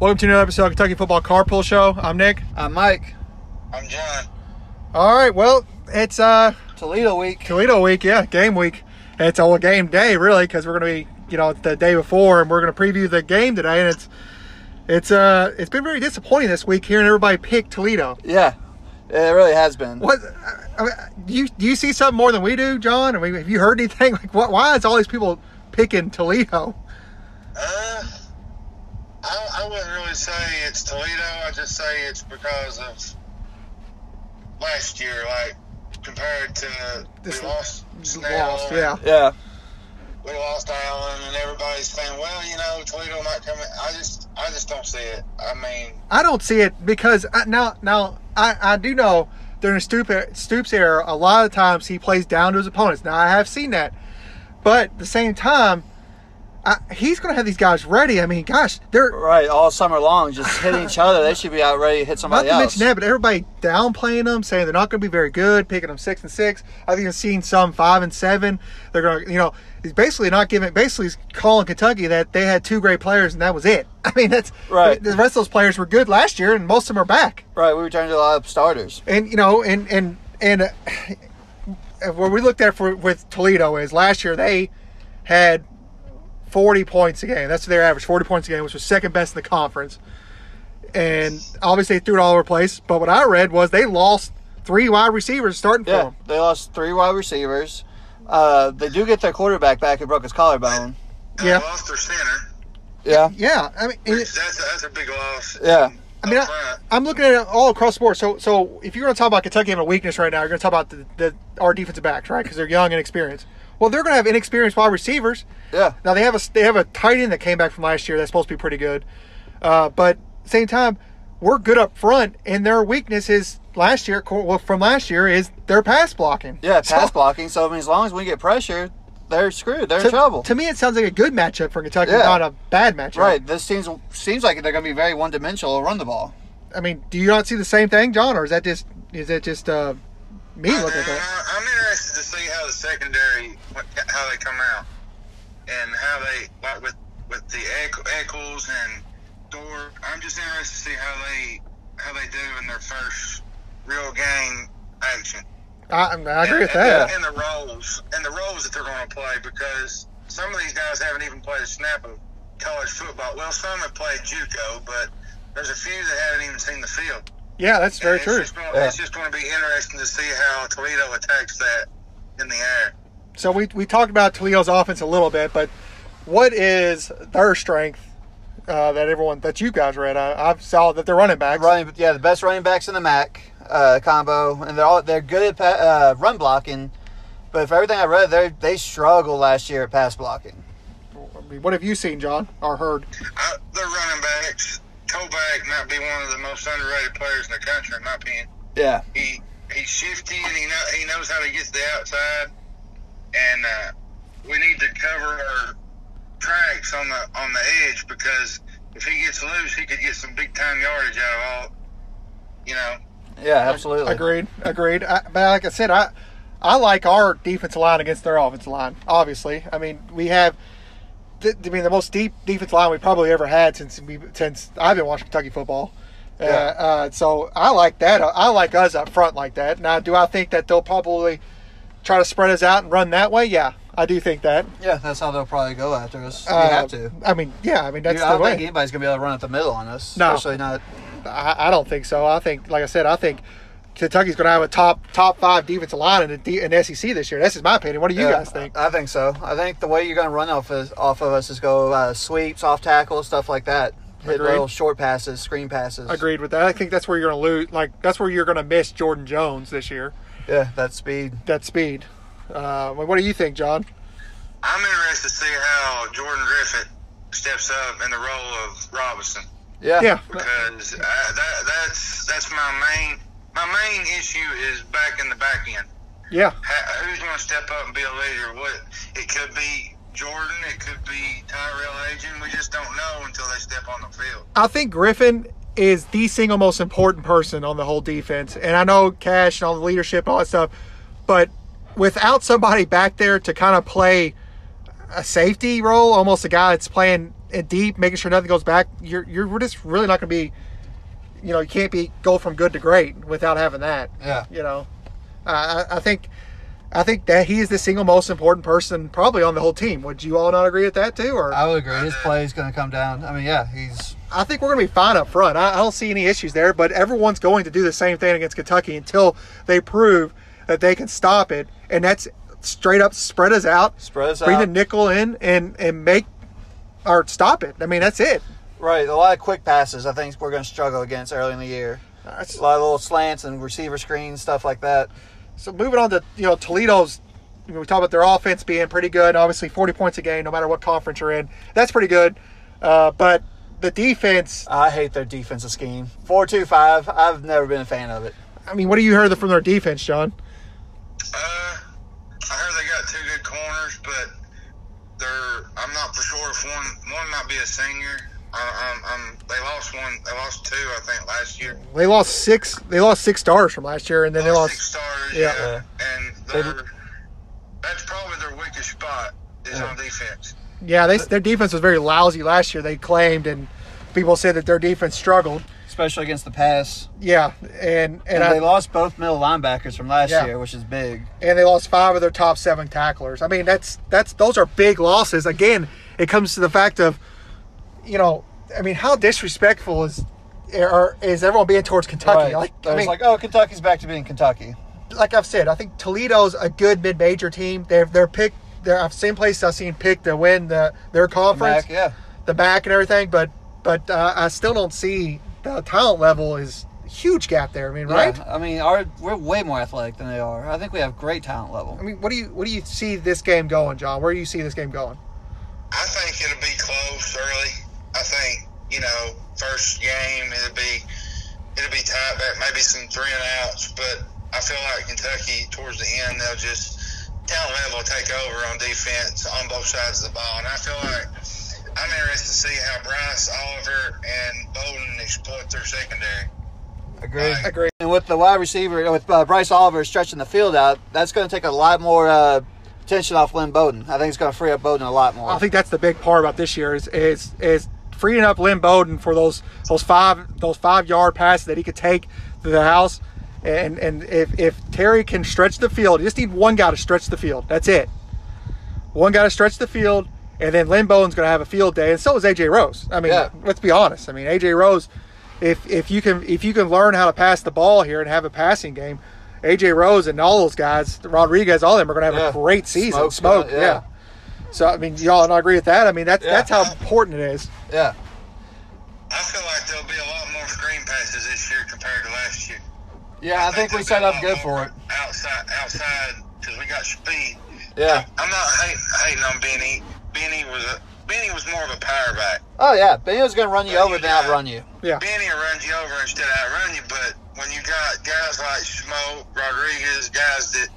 Welcome to another episode of Kentucky Football Carpool Show. I'm Nick. I'm Uh, Mike. I'm John. All right, well, it's uh, Toledo week. Toledo week, yeah, game week. It's all game day, really, because we're gonna be, you know, it's the day before, and we're gonna preview the game today. And it's, it's uh, it's been very disappointing this week hearing everybody pick Toledo. Yeah, it really has been. What? uh, I mean, do you do you see something more than we do, John? I mean, have you heard anything? Like, what? Why is all these people picking Toledo? Uh, I, I wouldn't really say it's Toledo. I just say it's because of last year, like compared to This we lost Snell, Lost, yeah. Yeah, we lost Allen, and everybody's saying, well, you know, Toledo might come. In. I just, I just don't see it. I mean, I don't see it because I, now now I, I do know during Stoop, Stoops' era, a lot of times he plays down to his opponents. Now I have seen that, but at the same time, I, he's going to have these guys ready. I mean, gosh, they're right. All summer long, just hitting each other. They should be out ready to hit not somebody to else. mention that, but everybody downplaying them, saying they're not going to be very good, picking them six and six. I've even seen some five and seven. They're going to, you know, he's basically not giving. Basically, he's calling Kentucky that they had two great players and that was it. I mean, that's Right. The rest of those players were good last year, and most of them are back. Right, we returned to a lot of starters. and you know, and and and uh, what we looked at for with Toledo is last year they had 40 points a game. That's their average, 40 points a game, which was second best in the conference. And obviously they threw it all over the place. But what I read was they lost three wide receivers starting for Yeah, them. they lost three wide receivers. Uh, they do get their quarterback back who broke his collarbone. they Yeah. lost their center. Yeah, Yeah, I mean, and it- That's, that's a big loss. yeah, I mean, up I, front. I'm looking at it all across the board. So, so if you're going to talk about Kentucky having a weakness right now, you're going to talk about the, the our defensive backs, right? Because they're young and experienced. Well, they're going to have inexperienced wide receivers. yeah. Now they have a they have a tight end that came back from last year that's supposed to be pretty good, uh, but same time we're good up front, and their weakness is last year. Well, from last year is their pass blocking. Yeah, pass So, blocking. So I mean, as long as we get pressure, they're screwed. They're to, in trouble. To me, it sounds like a good matchup for Kentucky, Yeah. not a bad matchup. right. This seems seems like they're going to be very one dimensional. Run the ball. I mean, do you not see the same thing, John, or is that just is that just uh, me I looking at that? am Uh, interested to see how the secondary, what- how they come out, and how they like with with the Eck- Eccles and Thor. I'm just interested to see how they how they do in their first real game action. I, I mean, I agree with And- that. And, the roles and the roles that they're going to play because some of these guys haven't even played a snap of college football. Well, some have played JUCO, but there's a few that haven't even seen the field. Yeah, that's very And true. It's just, gonna, Yeah. it's just going to be interesting to see how Toledo attacks that in the air. So we, we talked about Toledo's offense a little bit, but what is their strength uh, that everyone that you guys read? I, I've saw that they're running backs. running, yeah, the best running backs in the MAC uh, combo, and they're all they're good at pa- uh, run blocking. But for everything I read, they they struggled last year at pass blocking. I mean, what have you seen, John, or heard? I, the running backs, Toback might be one of the most underrated players in the country. In my opinion, Yeah, he he's shifty and he know, he knows how to get to the outside. And uh, we need to cover our tracks on the on the edge because if he gets loose, he could get some big time yardage out of all. You know, yeah, absolutely. Agreed, agreed. I, but like I said, I I like our defensive line against their offensive line. Obviously, I mean we have. th- I mean the most deep defensive line we probably ever had since we since I've been watching Kentucky football. Uh, Yeah. uh, so I like that. I like us up front like that. Now, do I think that they'll probably try to spread us out and run that way? Yeah, I do think that. Yeah, that's how they'll probably go after us. You Uh, have to. I mean, yeah. I mean, that's You- I the don't way. think anybody's gonna be able to run up the middle on us, No. especially not. I, I don't think so. I think, like I said, I think Kentucky's going to have a top top five defensive line in the D, in SEC this year. That's just my opinion. What do you Yeah, guys think? uh, I, I think so. I think the way you're gonna run off is, off of us is go uh, sweeps, off tackles, stuff like that. Hit Agreed. little short passes, screen passes. Agreed with that. I think that's where you're going to lose. Like that's where you're going to miss Jordan Jones this year. Yeah, that speed. That speed. Uh, what do you think, John? I'm interested to see how Jordan Griffith steps up in the role of Robinson. Yeah, because uh, that, that's that's my main my main issue is back in the back end. yeah, Ha- Who's going to step up and be a leader? What it could be Jordan, it could be Tyrell Agent. We just don't know until they step on the field. I think Griffin is the single most important person on the whole defense. And I know Cash and all the leadership and all that stuff, but without somebody back there to kind of play a safety role, almost a guy that's playing and deep, making sure nothing goes back, you're you're just really not going to be, you know, you can't be go from good to great without having that. Yeah. You know, uh, I, I think. I think that he is the single most important person probably on the whole team. Would you all not agree with that too? Or I would agree. His play is going to come down. I mean, yeah, he's I think we're going to be fine up front. I, I don't see any issues there, but everyone's going to do the same thing against Kentucky until they prove that they can stop it. And that's straight up spread us out, Spread us bring out. the nickel in, and and make or stop it. I mean, that's it. right. A lot of quick passes. I think we're going to struggle against early in the year. That's- A lot of little slants and receiver screens, stuff like that. So moving on to you know Toledo's. you know, We talk about their offense being pretty good. Obviously, 40 points a game, no matter what conference you're in. That's pretty good. Uh, but the defense, I hate their defensive scheme. Four-two-five. I've never been a fan of it. I mean, what do you hear from their defense, John? Uh, I heard they got two good corners, but they're. I'm not for sure if one one might be a senior. I, I'm, I'm. They lost one. They lost two, I think, last year. They lost six. They lost six stars from last year, and then they six lost. stars. yeah. Yeah, and They- they're, that's probably their weakest spot is on defense. Yeah, they, their defense was very lousy last year. They claimed, and people said that their defense struggled. especially against the pass. Yeah, and and And, I, they lost both middle linebackers from last Yeah. year, which is big. and they lost five of their top seven tacklers. I mean, that's that's those are big losses. Again, it comes to the fact of, you know, I mean, how disrespectful is are, is everyone being towards Kentucky? Like, I I was mean, like, oh, Kentucky's back to being Kentucky. like I've said, I think Toledo's a good mid-major team. They're they're picked. They're, I've seen places I've seen picked to win the their conference. Mac, yeah. the back and everything, but but uh, I still don't see the talent level is huge gap there. I mean, right? Yeah. I mean, our we're way more athletic than they are. I think we have great talent level. I mean, what do you what do you see this game going, John? Where do you see this game going? I think it'll be close early. I think you know first game it'll be it'll be tight, but maybe some three and outs. But I feel like Kentucky towards the end they'll just talent level will take over on defense on both sides of the ball, and I feel like I'm interested to see how Bryce Oliver and Bowden exploit their secondary. Agreed. Agree. And with the wide receiver, with uh, Bryce Oliver stretching the field out, that's going to take a lot more uh, attention off Lynn Bowden. I think it's going to free up Bowden a lot more. I think that's the big part about this year is is is freeing up Lynn Bowden for those those five those five yard passes that he could take to the house. And and if, if Terry can stretch the field, you just need one guy to stretch the field. That's it. One guy to stretch the field, and then Lynn Bowden's going to have a field day, and so is AJ Rose. I mean, Yeah. let's be honest. I mean, AJ Rose, if if you can if you can learn how to pass the ball here and have a passing game, AJ Rose and all those guys, Rodriguez, all of them are going to have Yeah. a great season. Smoke's Smoke, gonna- yeah. yeah. So I mean, y'all not agree with that? I mean, that's Yeah. that's how important it is. yeah. I feel like there'll be a lot more screen passes this year compared to last year. Yeah, I think we set up good for it. Outside, outside, because we got speed. Yeah. I'm not hate, hating on Benny. Benny was a Benny was more of a power back. Oh, yeah. Benio's going to run you over than outrun you. Yeah, Benny will run you over instead of outrun you. But when you got guys like Smo, Rodriguez, guys that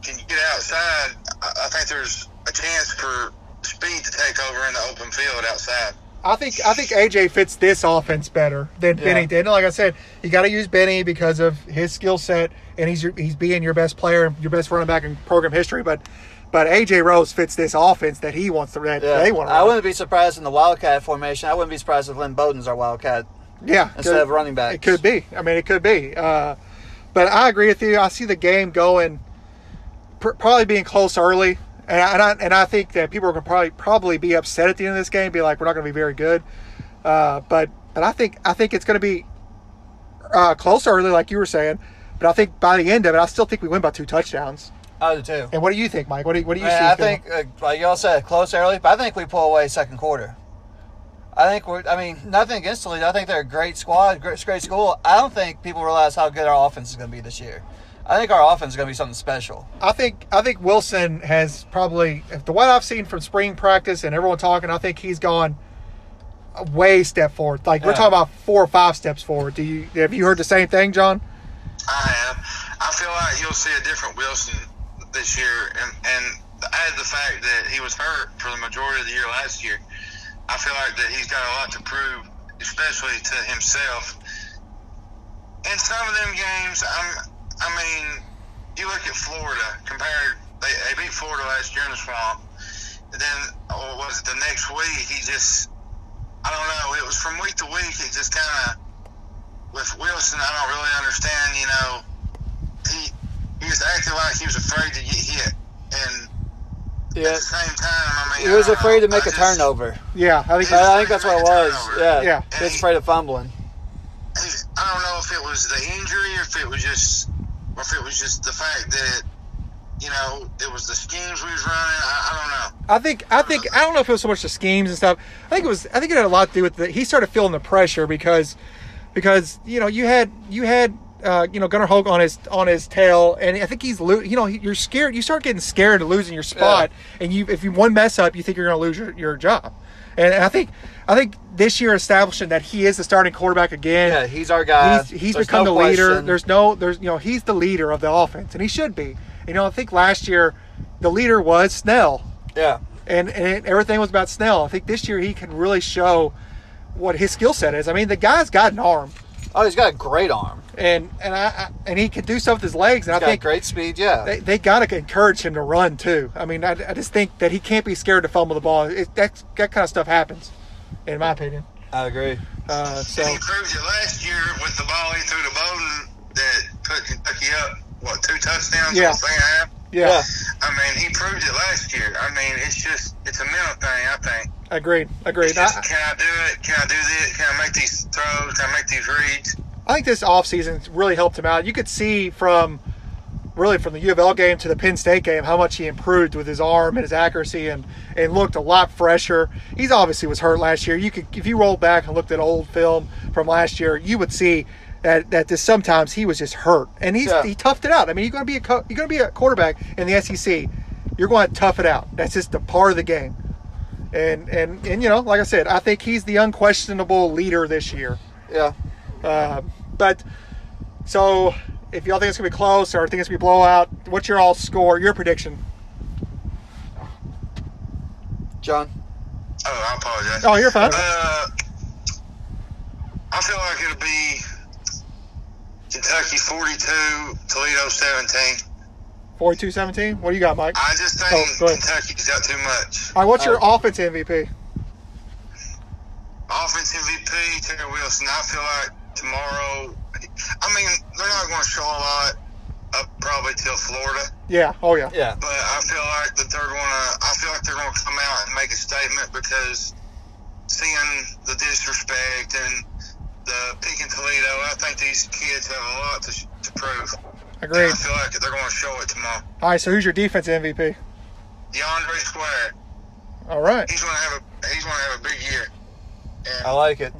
can get outside, I, I think there's a chance for speed to take over in the open field outside. I think I think AJ fits this offense better than Yeah. Benny did. And like I said, you got to use Benny because of his skill set, and he's your, he's being your best player, your best running back in program history. But but AJ Rose fits this offense that he wants to that Yeah. they want to. I run. wouldn't be surprised in the Wildcat formation. I wouldn't be surprised if Lynn Bowden's our Wildcat. Yeah, instead of running backs. It could be. I mean, it could be. Uh, but I agree with you. I see the game going pr- probably being close early, and I, and I and I think that people are going to probably probably be upset at the end of this game, be like, we're not going to be very good. Uh, but but I think I think it's going to be uh, close early, like you were saying. But I think by the end of it, I still think we win by two touchdowns. I do too. And what do you think, Mike? What do you, what do you see? Man, I going- think, uh, like y'all said, close early, but I think we pull away second quarter. I think we're. I mean, nothing against Toledo. I think they're a great squad, great, great school. I don't think people realize how good our offense is going to be this year. I think our offense is going to be something special. I think I think Wilson has probably if the what I've seen from spring practice and everyone talking, I think he's gone a way step forward. Like we're Yeah. talking about four or five steps forward. Do you have you heard the same thing, John? I have. I feel like you'll see a different Wilson this year, and and add the fact that he was hurt for the majority of the year last year. I feel like that he's got a lot to prove, especially to himself. In some of them games, I'm. I mean, you look at Florida compared. They, they beat Florida last year in the swamp. And then, or was it the next week? He just I don't know. It was from week to week. It just kind of with Wilson. I don't really understand. You know, he he was acting like he was afraid to get hit, and at Yeah, the same time, I mean, he was I don't afraid to know. make I a just- turnover. Yeah, I think. Yeah. I think that's what it was. Yeah, Yeah. he was afraid of fumbling. I don't know if it was the injury or if it was just or if it was just the fact that you know it was the schemes we was running. I, I don't know. I think I think I don't know if it was so much the schemes and stuff. I think it was I think it had a lot to do with the he started feeling the pressure because because you know you had you had uh, you know Gunnar Hogue on his on his tail and I think he's lo- you know he- you're scared you start getting scared of losing your spot and you if you one mess up you think you're going to lose your, your job. And I think I think this year establishing that he is the starting quarterback again Yeah, he's our guy. he's, he's There's become no the leader. question. There's no, there's you know, he's the leader of the offense, and he should be. You know, I think last year the leader was Snell, yeah, and and everything was about Snell. I think this year he can really show what his skill set is. I mean, the guy's got an arm, oh, he's got a great arm. and and I, I and he can do stuff with his legs, and He's I got think. great speed. Yeah, They, they gotta encourage him to run too. I mean, I, I just think that he can't be scared to fumble the ball. It, that that kind of stuff happens, in my opinion. I agree. Uh, so And he proved it last year with the ball he threw to Bowden that put Kentucky up what two touchdowns Yeah. in the second half. yeah, I mean, he proved it last year. I mean, it's just it's a mental thing. I think. agreed, It's agreed. I- just, can I do it? Can I do this? Can I make these throws? Can I make these reads? I think this offseason really helped him out. You could see from really from the U of L game to the Penn State game how much he improved with his arm and his accuracy and and looked a lot fresher. He's obviously was hurt last year. You could if you rolled back and looked at old film from last year, you would see that that this sometimes he was just hurt and he's Yeah. he toughed it out. I mean, you're going to be a co- you're going to be a quarterback in the SEC. You're going to tough it out. That's just a part of the game. And, and and you know, like I said, I think he's the unquestionable leader this year. Yeah, Uh, but so if y'all think it's gonna be close or think it's gonna be blowout, what's your all score? Your prediction? John. Oh, I apologize. Oh, you're fine. Uh, I feel like it'll be Kentucky 42, Toledo 17. 42-17? What do you got, Mike? I just Oh, think go ahead. Kentucky's got too much. All right, what's your offense MVP? Offense MVP, Terry Wilson. I feel like tomorrow, I mean, they're not going to show a lot up probably till Florida, Yeah. Oh yeah. Yeah, but I feel like that they're going to, I feel like they're going to come out and make a statement because seeing the disrespect and the pick in Toledo, I think these kids have a lot to, to prove. Agreed. I feel like they're going to show it tomorrow. All right. So who's your defense MVP? DeAndre Square, All right. he's going to have a he's going to have a big year. And I like it.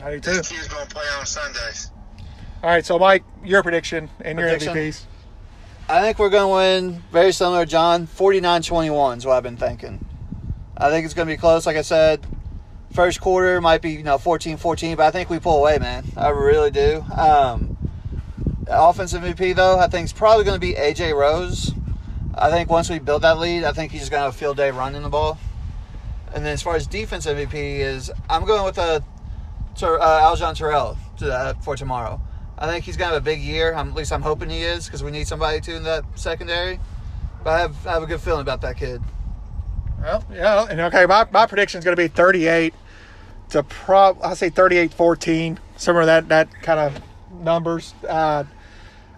I do too. this kid's going to play on Sundays. All right. So Mike, your prediction and your Prediction? MVPs. I think we're going to win very similar, to John. 49 21 is what I've been thinking. I think it's going to be close. Like I said, first quarter might be you know 14 14, but I think we pull away, man. I really do. Um, offensive MVP, though, I think it's probably going to be AJ Rose. I think once we build that lead, I think he's going to have a field day running the ball. And then as far as defense MVP is, I'm going with a Tur- uh, Aljon Terrell to, uh, for tomorrow. I think he's gonna have a big year. I'm, at least I'm hoping he is because we need somebody to in that secondary. But I have, I have a good feeling about that kid. Well, yeah. And okay, my my prediction is gonna be 38 to prob. I say 38-14, somewhere in that that kind of numbers. Uh,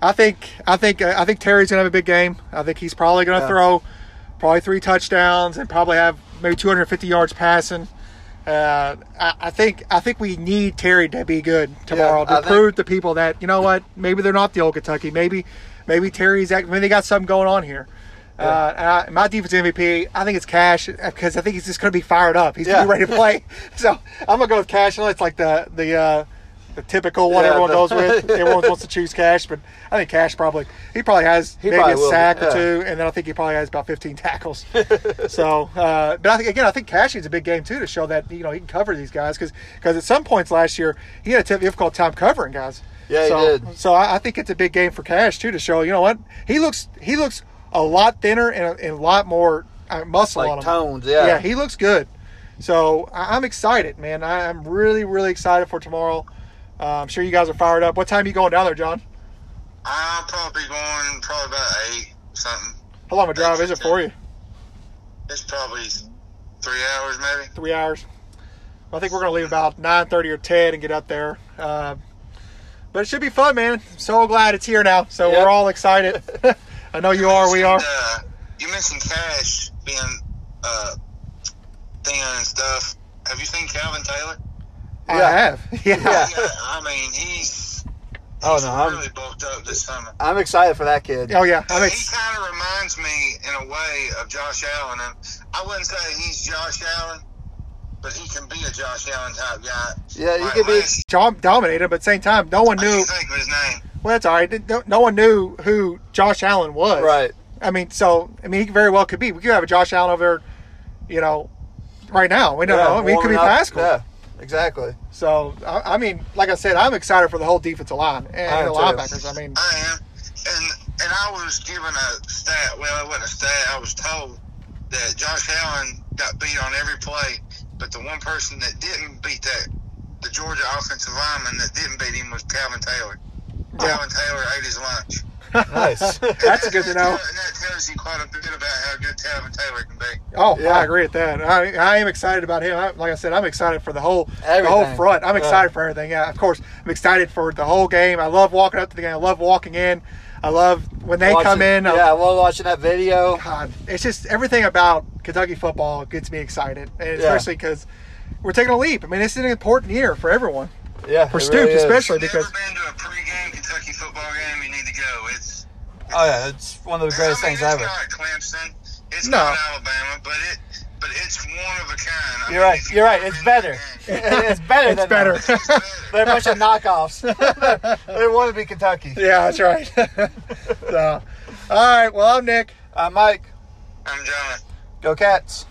I think I think uh, I think Terry's gonna have a big game. I think he's probably gonna Yeah. throw probably three touchdowns and probably have maybe 250 yards passing. Uh, I, I think I think we need Terry to be good tomorrow I to think- prove to people that you know what maybe they're not the old Kentucky. Maybe maybe Terry's act, maybe they got something going on here. Uh, and I, my defense MVP, I think it's Cash because I think he's just going to be fired up. He's going Yeah. to be ready to play. so I'm going to go with Cash. I know it's like the the uh, the typical one Yeah, everyone the- goes with. Everyone wants to choose Cash, but I think Cash probably he probably has He maybe probably a will be, sack or yeah. two, and then I think he probably has about 15 tackles. so, uh, but I think again, I think Cash needs a big game too to show that you know he can cover these guys because at some points last year he had a difficult time covering guys. Yeah, he so, did. So I, I think it's a big game for Cash too to show you know what he looks he looks a lot thinner and a, and a lot more uh, muscle Like on him. toned, yeah. yeah, he looks good. So I- I'm excited, man. I- I'm really, really excited for tomorrow. Uh, I'm sure you guys are fired up. What time you going down there, John? I'm probably going probably about eight something. How long of a drive is it for you? It's probably three hours maybe. Three hours. I think we're going to leave about 9.30 or 10 and get up there. Uh, but it should be fun, man. So glad it's here now. So Yep. we're all excited. I know you are. We are. mentioned, Uh, you mentioned Cash being uh, thing and stuff. Have you seen Calvin Taylor? I Yeah. have. Yeah. Yeah. Yeah, I mean he's, he's Oh, no, I'm- really bulked up this summer. I'm excited for that kid. Oh, yeah. I'm he ex- kind of reminds me in a way of Josh Allen. And I wouldn't say he's Josh Allen, but he can be a Josh Allen type guy. Yeah, you Like could be- last- Dom- dominated, but at the same time, no one I can't knew. think of his name. Well, that's all right. No- No one knew who Josh Allen was. Right. I mean, so I mean, he very well could be. We could have a Josh Allen over, there, you know, right now. We don't Yeah, know. I mean, he could be warming up. Pascal. Yeah, exactly. So I, I mean, like I said, I'm excited for the whole defensive line and, I am the too. linebackers. I mean, I am, and and I was given a stat. Well, it wasn't a stat. I was told that Josh Allen got beat on every play, but the one person that didn't beat that, the Georgia offensive lineman that didn't beat him was Calvin Taylor. Calvin Taylor ate his lunch. Nice. that's good to know. And that tells you quite a bit about how good Calvin Taylor can be. Oh, Yeah. I agree with that. I, I am excited about him. I, like I said, I'm excited for the whole the whole Everything. front. I'm Yeah. excited for everything. Yeah, of course, I'm excited for the whole game. I love walking up to the game. I love walking in. I love when they Watching- come in. uh, I- Yeah, I love watching that video. God, it's just everything about Kentucky football gets me excited, and especially because we're taking a leap. I mean, it's an important year for everyone, Yeah, for it Stoops really is. especially, If you've because Never been to a pregame Kentucky football game? You need to go. It's Oh yeah, it's one of the greatest I mean, things it's ever. Not Clemson. It's No. not Alabama, but it but it's one of a kind. I You're mean, right. if You're right. you've It's never been better. to a game, it's better. it's than better. that. it's better. They're a bunch of knockoffs. they want to be Kentucky. yeah, that's right. so, all right. Well, I'm Nick. Uh, Mike, I'm John. go Cats.